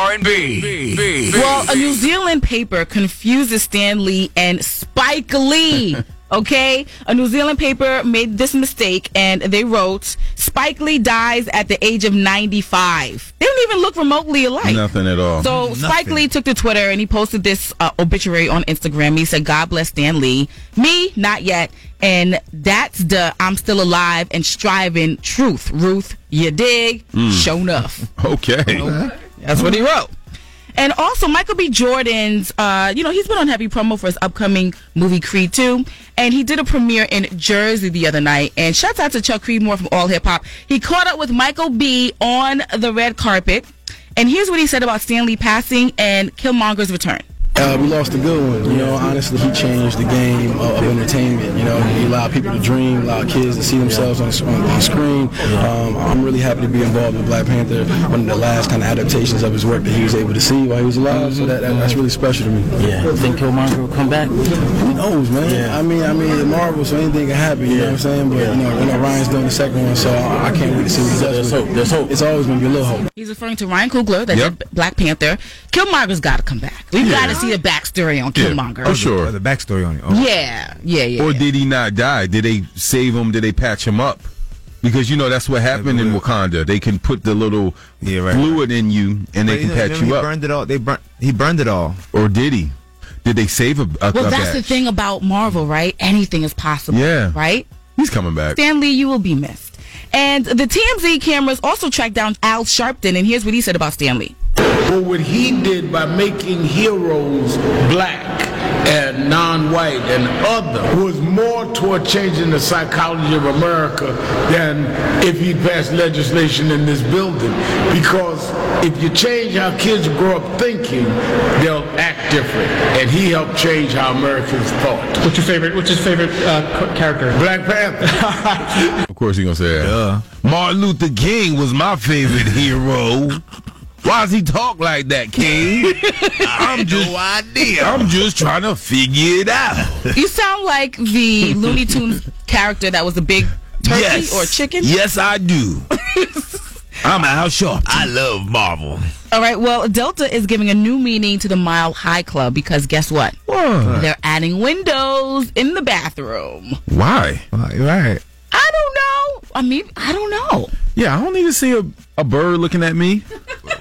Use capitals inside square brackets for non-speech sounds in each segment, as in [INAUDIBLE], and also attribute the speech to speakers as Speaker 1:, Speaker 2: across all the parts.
Speaker 1: WRNB.
Speaker 2: Well, a New Zealand paper confuses Stan Lee and Spike
Speaker 3: [LAUGHS]
Speaker 2: Lee. Okay, a New Zealand paper made this mistake and they wrote Spike Lee dies at the age of 95. They don't even look remotely alike.
Speaker 3: Nothing at all.
Speaker 2: So Spike Lee took to Twitter and he posted this uh, obituary on Instagram. He said, "God bless Stan Lee. Me, not yet." And that's the I'm still alive and striving truth, Ruth. You dig?
Speaker 3: Hmm.
Speaker 2: Show enough.
Speaker 3: okay.
Speaker 2: Oh, That's what he wrote. Mm-hmm. And also, Michael B. Jordan's, uh, you know, he's been on heavy promo for his upcoming movie Creed 2. And he did a premiere in Jersey the other night. And shouts out to Chuck Creedmore from All Hip Hop. He caught up with Michael B. on the red carpet. And here's what he said about Stanley passing and Killmonger's return.
Speaker 4: Uh, we lost a good one. You know, honestly, he changed the game of, of entertainment. You know, he allowed people to dream, allowed kids to see themselves on, s- on, on screen. Um, I'm really happy to be involved with Black Panther, one of the last kind of adaptations of his work that he was able to see while he was alive. So that, that- that's really special to me.
Speaker 5: Yeah, think Killmonger will come back.
Speaker 4: Who knows, man? I mean, I mean, Marvel, so anything can happen. You know what I'm saying? But you know, you know, Ryan's doing the second one, so I, I can't wait to see what he does.
Speaker 5: There's
Speaker 4: with it.
Speaker 5: hope. There's hope.
Speaker 4: It's always gonna be a little hope.
Speaker 2: He's referring to Ryan Coogler, that
Speaker 3: Yep.
Speaker 2: did Black Panther. Killmonger's got to come back. We've got to see a backstory on
Speaker 3: Yeah,
Speaker 2: Killmonger.
Speaker 3: for sure.
Speaker 6: Oh, the backstory on it. Oh.
Speaker 2: Yeah, yeah, yeah.
Speaker 3: Or did he not die? Did they save him? Did they patch him up? Because you know that's what happened in Wakanda. They can put the little
Speaker 6: Yeah, right,
Speaker 3: fluid in you, and
Speaker 6: But
Speaker 3: they
Speaker 6: you
Speaker 3: can
Speaker 6: know,
Speaker 3: patch
Speaker 6: remember
Speaker 3: you
Speaker 6: he
Speaker 3: up.
Speaker 6: Burned it all. They burnt. He burned it all.
Speaker 3: Or did he? Did they save a, a,
Speaker 2: well,
Speaker 3: a
Speaker 2: that's the
Speaker 3: batch?
Speaker 2: thing about Marvel, right? Anything is possible.
Speaker 3: Yeah.
Speaker 2: Right?
Speaker 3: He's coming back.
Speaker 2: Stanley, you will be missed. And the TMZ cameras also tracked down Al Sharpton, and here's what he said about Stanley.
Speaker 7: for what he did by making heroes black and non-white and other was more toward changing the psychology of America than if he passed legislation in this building. Because if you change how kids grow up thinking, they'll act different. And he helped change how Americans thought.
Speaker 8: What's your favorite? What's his favorite uh, c- character?
Speaker 7: Black Panther.
Speaker 3: [LAUGHS] Of course, he's gonna say that. Martin Luther King was my favorite hero. Why does he talk like that, King? I'm just, no idea. I'm just trying to figure it out.
Speaker 2: You sound like the Looney Tunes character that was a big turkey or chicken.
Speaker 3: Yes, I do. I'm Al Sharpton. I love Marvel.
Speaker 2: All right, well, Delta is giving a new meaning to the Mile High Club because guess what? They're adding windows in the bathroom.
Speaker 3: Why?
Speaker 6: Right, right.
Speaker 2: I don't know. I mean, I don't know.
Speaker 3: Yeah, I don't need to see a, a bird looking at me.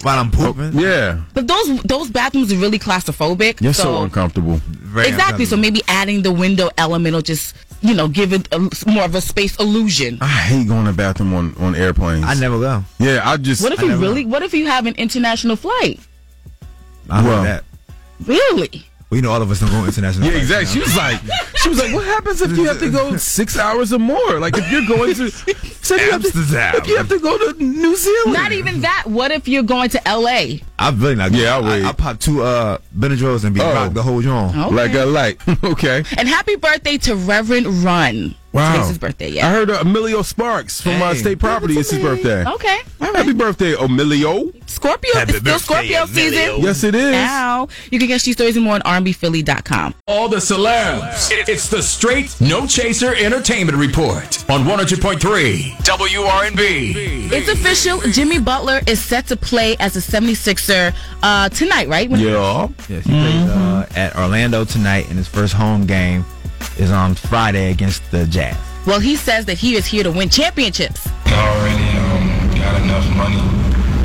Speaker 6: While I'm pooping.
Speaker 3: Oh, Yeah,
Speaker 2: But those those bathrooms are really claustrophobic.
Speaker 3: you're so, uncomfortable.
Speaker 6: Very
Speaker 2: exactly. So
Speaker 6: uncomfortable.
Speaker 2: maybe adding the window element will just, you know, give it a, more of a space illusion.
Speaker 3: I hate going to the bathroom on, on airplanes.
Speaker 6: I never go.
Speaker 3: Yeah, I just.
Speaker 2: What if
Speaker 6: I
Speaker 2: you
Speaker 6: never
Speaker 2: really? What if you have an international flight?
Speaker 3: Well.
Speaker 6: I well, that.
Speaker 2: Really?
Speaker 6: We know all of us don't go international.
Speaker 3: yeah,
Speaker 6: flights,
Speaker 3: exactly. She
Speaker 6: you know?
Speaker 3: was like, she was like, what happens if you have to go six hours or more? Like if you're going to, so you have to,
Speaker 6: Amsterdam.
Speaker 3: if you have to go to New Zealand,
Speaker 2: Not even that. What if you're going to L.A.?
Speaker 6: I'm really not.
Speaker 3: Yeah, I
Speaker 6: going.
Speaker 3: would.
Speaker 6: I, I pop two uh Benadryls and be
Speaker 3: Oh.
Speaker 6: rocked the whole joint.
Speaker 2: Okay.
Speaker 3: like [LAUGHS] a light. okay.
Speaker 2: And happy birthday to Reverend Run.
Speaker 3: Wow.
Speaker 2: Today's his birthday.
Speaker 3: I
Speaker 2: Yeah.
Speaker 3: heard uh, Emilio Sparks from uh,
Speaker 6: Hey.
Speaker 3: State Property. It's his birthday.
Speaker 2: Okay. All right.
Speaker 3: Happy birthday, Emilio.
Speaker 2: Scorpio.
Speaker 5: Happy
Speaker 2: it's still
Speaker 5: birthday,
Speaker 2: Scorpio season.
Speaker 3: Yes, it is.
Speaker 2: Now you can get these stories and more on rmbphilly.com.
Speaker 1: All the celebs. It- It's the straight, no chaser entertainment report on 100.3 WRNB.
Speaker 2: It's official. Jimmy Butler is set to play as a 76er uh, tonight, right? When-
Speaker 3: Yeah.
Speaker 6: Yes, he plays uh, at Orlando tonight, and his first home game is on Friday against the Jazz.
Speaker 2: Well, he says that he is here to win championships.
Speaker 9: I already um, got enough money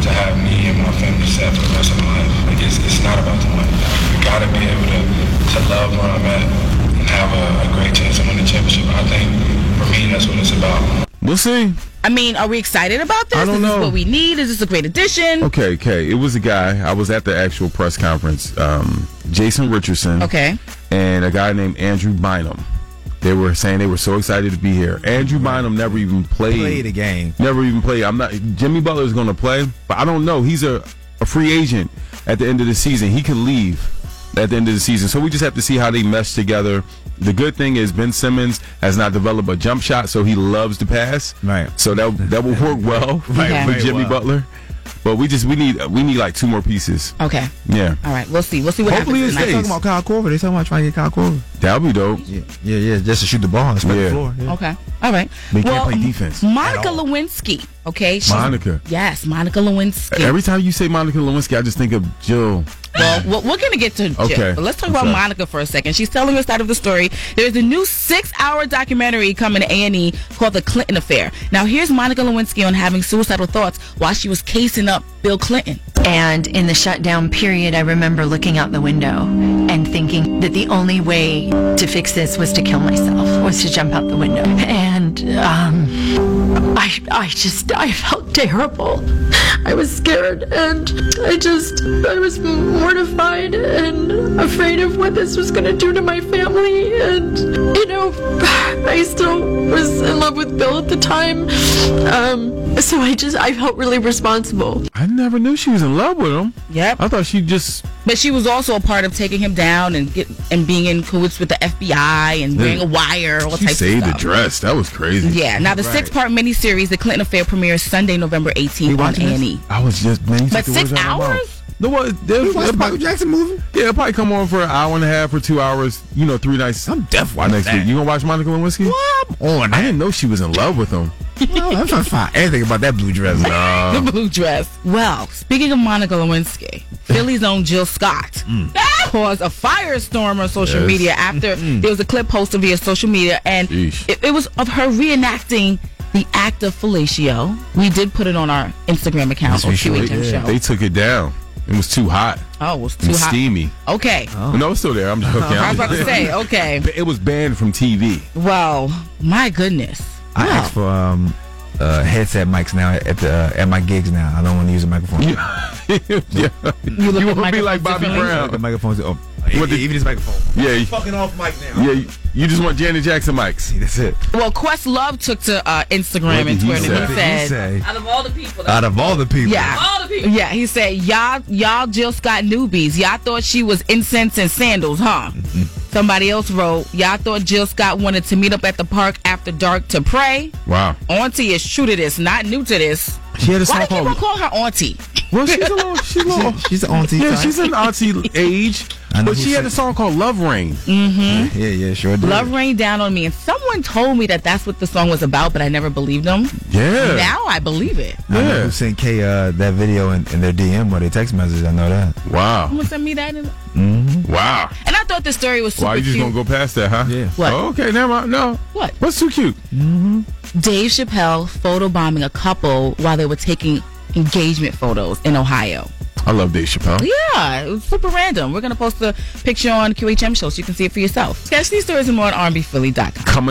Speaker 9: to have me and my family set for the rest of my life. Like it's, it's not about the money. You gotta be able to, to love where I'm at and have a, a great chance to win the championship. I think for me that's what it's about.
Speaker 3: We'll see.
Speaker 2: I mean, are we excited about this?
Speaker 3: I don't
Speaker 2: is
Speaker 3: know.
Speaker 2: This what we need? Is this a great addition?
Speaker 3: Okay, okay. It was a guy. I was at the actual press conference. Um, Jason Richardson.
Speaker 2: Okay.
Speaker 3: And a guy named Andrew Bynum. They were saying they were so excited to be here. Andrew Bynum never even played.
Speaker 6: Play the game.
Speaker 3: Never even played. I'm not. Jimmy Butler's going to play, but I don't know. He's a, a free agent at the end of the season. He can leave at the end of the season. So we just have to see how they mesh together. The good thing is Ben Simmons has not developed a jump shot, so he loves to pass.
Speaker 6: Right.
Speaker 3: So that that will work well
Speaker 2: Right,
Speaker 3: for
Speaker 2: very
Speaker 3: Jimmy
Speaker 6: well.
Speaker 3: Butler. But we just we need we need like two more pieces.
Speaker 2: Okay.
Speaker 3: Yeah.
Speaker 2: All right. We'll see. We'll see what
Speaker 6: Hopefully
Speaker 2: happens.
Speaker 6: it's
Speaker 2: tonight.
Speaker 6: They're talking about Kyle Corver. They're talking about trying to get Kyle Corver.
Speaker 3: That would be dope.
Speaker 6: Yeah, yeah, yeah. Just to shoot the ball and spread
Speaker 3: Yeah.
Speaker 6: the floor. Yeah.
Speaker 2: Okay. All right.
Speaker 3: They can't
Speaker 2: well,
Speaker 3: play defense
Speaker 2: Monica
Speaker 3: at all.
Speaker 2: Lewinsky. Okay. She's-
Speaker 3: Monica.
Speaker 2: Yes, Monica Lewinsky.
Speaker 3: Every time you say Monica Lewinsky, I just think of Jill.
Speaker 2: Well, we're, we're going to get to Jill,
Speaker 3: Okay.
Speaker 2: but let's talk
Speaker 3: I'm
Speaker 2: about
Speaker 3: sorry.
Speaker 2: Monica for a second. She's telling her side of the story. There's a new six-hour documentary coming to A&E called The Clinton Affair. Now, here's Monica Lewinsky on having suicidal thoughts while she was casing up Bill Clinton.
Speaker 10: And in the shutdown period, I remember looking out the window and thinking that the only way to fix this was to kill myself, was to jump out the window. And um, I, I just, I felt terrible. I was scared and I just, I was mortified and afraid of what this was going to do to my family. And, you know, I still was in love with Bill at the time. Um, so I just, I felt really responsible.
Speaker 3: I never knew she was in love with him.
Speaker 2: Yep.
Speaker 3: I thought she just
Speaker 2: But she was also a part of taking him down and get, and being in cahoots with the FBI and wearing a wire, all
Speaker 3: she
Speaker 2: types of
Speaker 3: saved the
Speaker 2: stuff.
Speaker 3: dress. That was crazy.
Speaker 2: Yeah. Now the
Speaker 3: Right.
Speaker 2: six-part miniseries, The Clinton Affair, premieres Sunday, November 18th on E.
Speaker 3: watching this?
Speaker 2: A&E.
Speaker 3: I was just man, you
Speaker 2: But
Speaker 3: took the words
Speaker 2: six
Speaker 3: out of my mouth.
Speaker 2: hours?
Speaker 3: The what? There,
Speaker 6: watched the Michael Jackson movie?
Speaker 3: Yeah, it'll probably come on for an hour and a half or two hours. You know, three nights. I'm deaf
Speaker 6: watching
Speaker 3: next
Speaker 6: that.
Speaker 3: week. You gonna watch Monica Lewinsky?
Speaker 6: Well, I'm on
Speaker 3: I
Speaker 6: that.
Speaker 3: didn't know she was in love with him.
Speaker 6: Oh, no, I'm trying to find anything about that blue dress.
Speaker 2: the
Speaker 3: No.
Speaker 2: blue dress. Well, speaking of Monica
Speaker 3: [LAUGHS]
Speaker 2: Lewinsky, Philly's own Jill Scott [LAUGHS] caused a firestorm on social
Speaker 3: Mm. Yes. Mm.
Speaker 2: media after there was a clip posted via social media, and
Speaker 3: Sheesh.
Speaker 2: it, it was of her reenacting the act of fellatio. We did put it on our Instagram account.
Speaker 3: Yes, we
Speaker 2: on
Speaker 3: should.
Speaker 2: Q H M
Speaker 3: They-
Speaker 2: Show.
Speaker 3: They took it down. It was too hot.
Speaker 2: oh, it was
Speaker 3: It
Speaker 2: too
Speaker 3: was
Speaker 2: hot.
Speaker 3: steamy. [LAUGHS]
Speaker 2: Okay,
Speaker 3: No, it's still there. I'm joking.
Speaker 2: I was about
Speaker 3: [LAUGHS]
Speaker 2: to say. Okay,
Speaker 3: It was banned from TV.
Speaker 2: well, my goodness.
Speaker 6: I
Speaker 2: Wow.
Speaker 6: ask for um, uh, headset mics now at the uh, at my gigs now. I don't want to use a microphone.
Speaker 3: [LAUGHS] [LAUGHS] yeah.
Speaker 2: You look at
Speaker 3: wanna be
Speaker 2: microphones
Speaker 3: like Bobby
Speaker 2: differently?
Speaker 3: Brown.
Speaker 6: Like the microphones. Oh,
Speaker 3: What the-
Speaker 6: even this microphone.
Speaker 3: Yeah, you-
Speaker 6: fucking off mic now.
Speaker 3: Yeah, you- you just want Janet Jackson mics.
Speaker 6: That's it.
Speaker 2: Well, Quest Love took to uh,
Speaker 3: What
Speaker 2: Instagram
Speaker 3: did
Speaker 2: and
Speaker 3: he
Speaker 2: Twitter
Speaker 3: say?
Speaker 2: and he
Speaker 3: What
Speaker 2: said,
Speaker 6: say?
Speaker 11: Out of all the people.
Speaker 6: Out of all the people.
Speaker 2: Yeah.
Speaker 11: All the people.
Speaker 2: Yeah, he said, y'all, y'all Jill Scott newbies. Y'all thought she was incense and sandals, huh?
Speaker 3: Mm-hmm.
Speaker 2: Somebody else wrote, y'all thought Jill Scott wanted to meet up at the park after dark to pray.
Speaker 3: Wow.
Speaker 2: Auntie is true to this, not new to this.
Speaker 6: She had
Speaker 2: Why
Speaker 6: a song
Speaker 2: do people
Speaker 6: called.
Speaker 2: call her auntie?
Speaker 3: Well, she's a little, she's a little,
Speaker 6: She- She's an auntie.
Speaker 3: yeah,
Speaker 6: son.
Speaker 3: she's an
Speaker 6: [LAUGHS]
Speaker 3: auntie age,
Speaker 6: I know
Speaker 3: but
Speaker 6: who
Speaker 3: she had
Speaker 6: said-
Speaker 3: a song called "Love Rain."
Speaker 6: Yeah, yeah, sure. did.
Speaker 2: Love rained down on me, and someone told me that that's what the song was about, but I never believed them.
Speaker 3: Yeah,
Speaker 2: Now I believe it.
Speaker 6: I know
Speaker 3: Yeah.
Speaker 6: who sent K uh, that video in, in their DM or their text message. I know that.
Speaker 3: wow,
Speaker 2: Someone sent me that, in-
Speaker 3: wow.
Speaker 2: and I thought the story was super
Speaker 3: Why you just
Speaker 2: cute.
Speaker 3: gonna go past that, huh?
Speaker 6: Yeah.
Speaker 2: What?
Speaker 3: Oh, okay, never mind. No.
Speaker 2: What?
Speaker 3: What's too cute?
Speaker 2: Dave Chappelle photobombing a couple while they were taking engagement photos in Ohio.
Speaker 3: I love Dave Chappelle.
Speaker 2: Yeah, it was super random. We're going to post the picture on QHM Show so you can see it for yourself. Catch these stories and more at rmbphilly.com.
Speaker 3: Coming.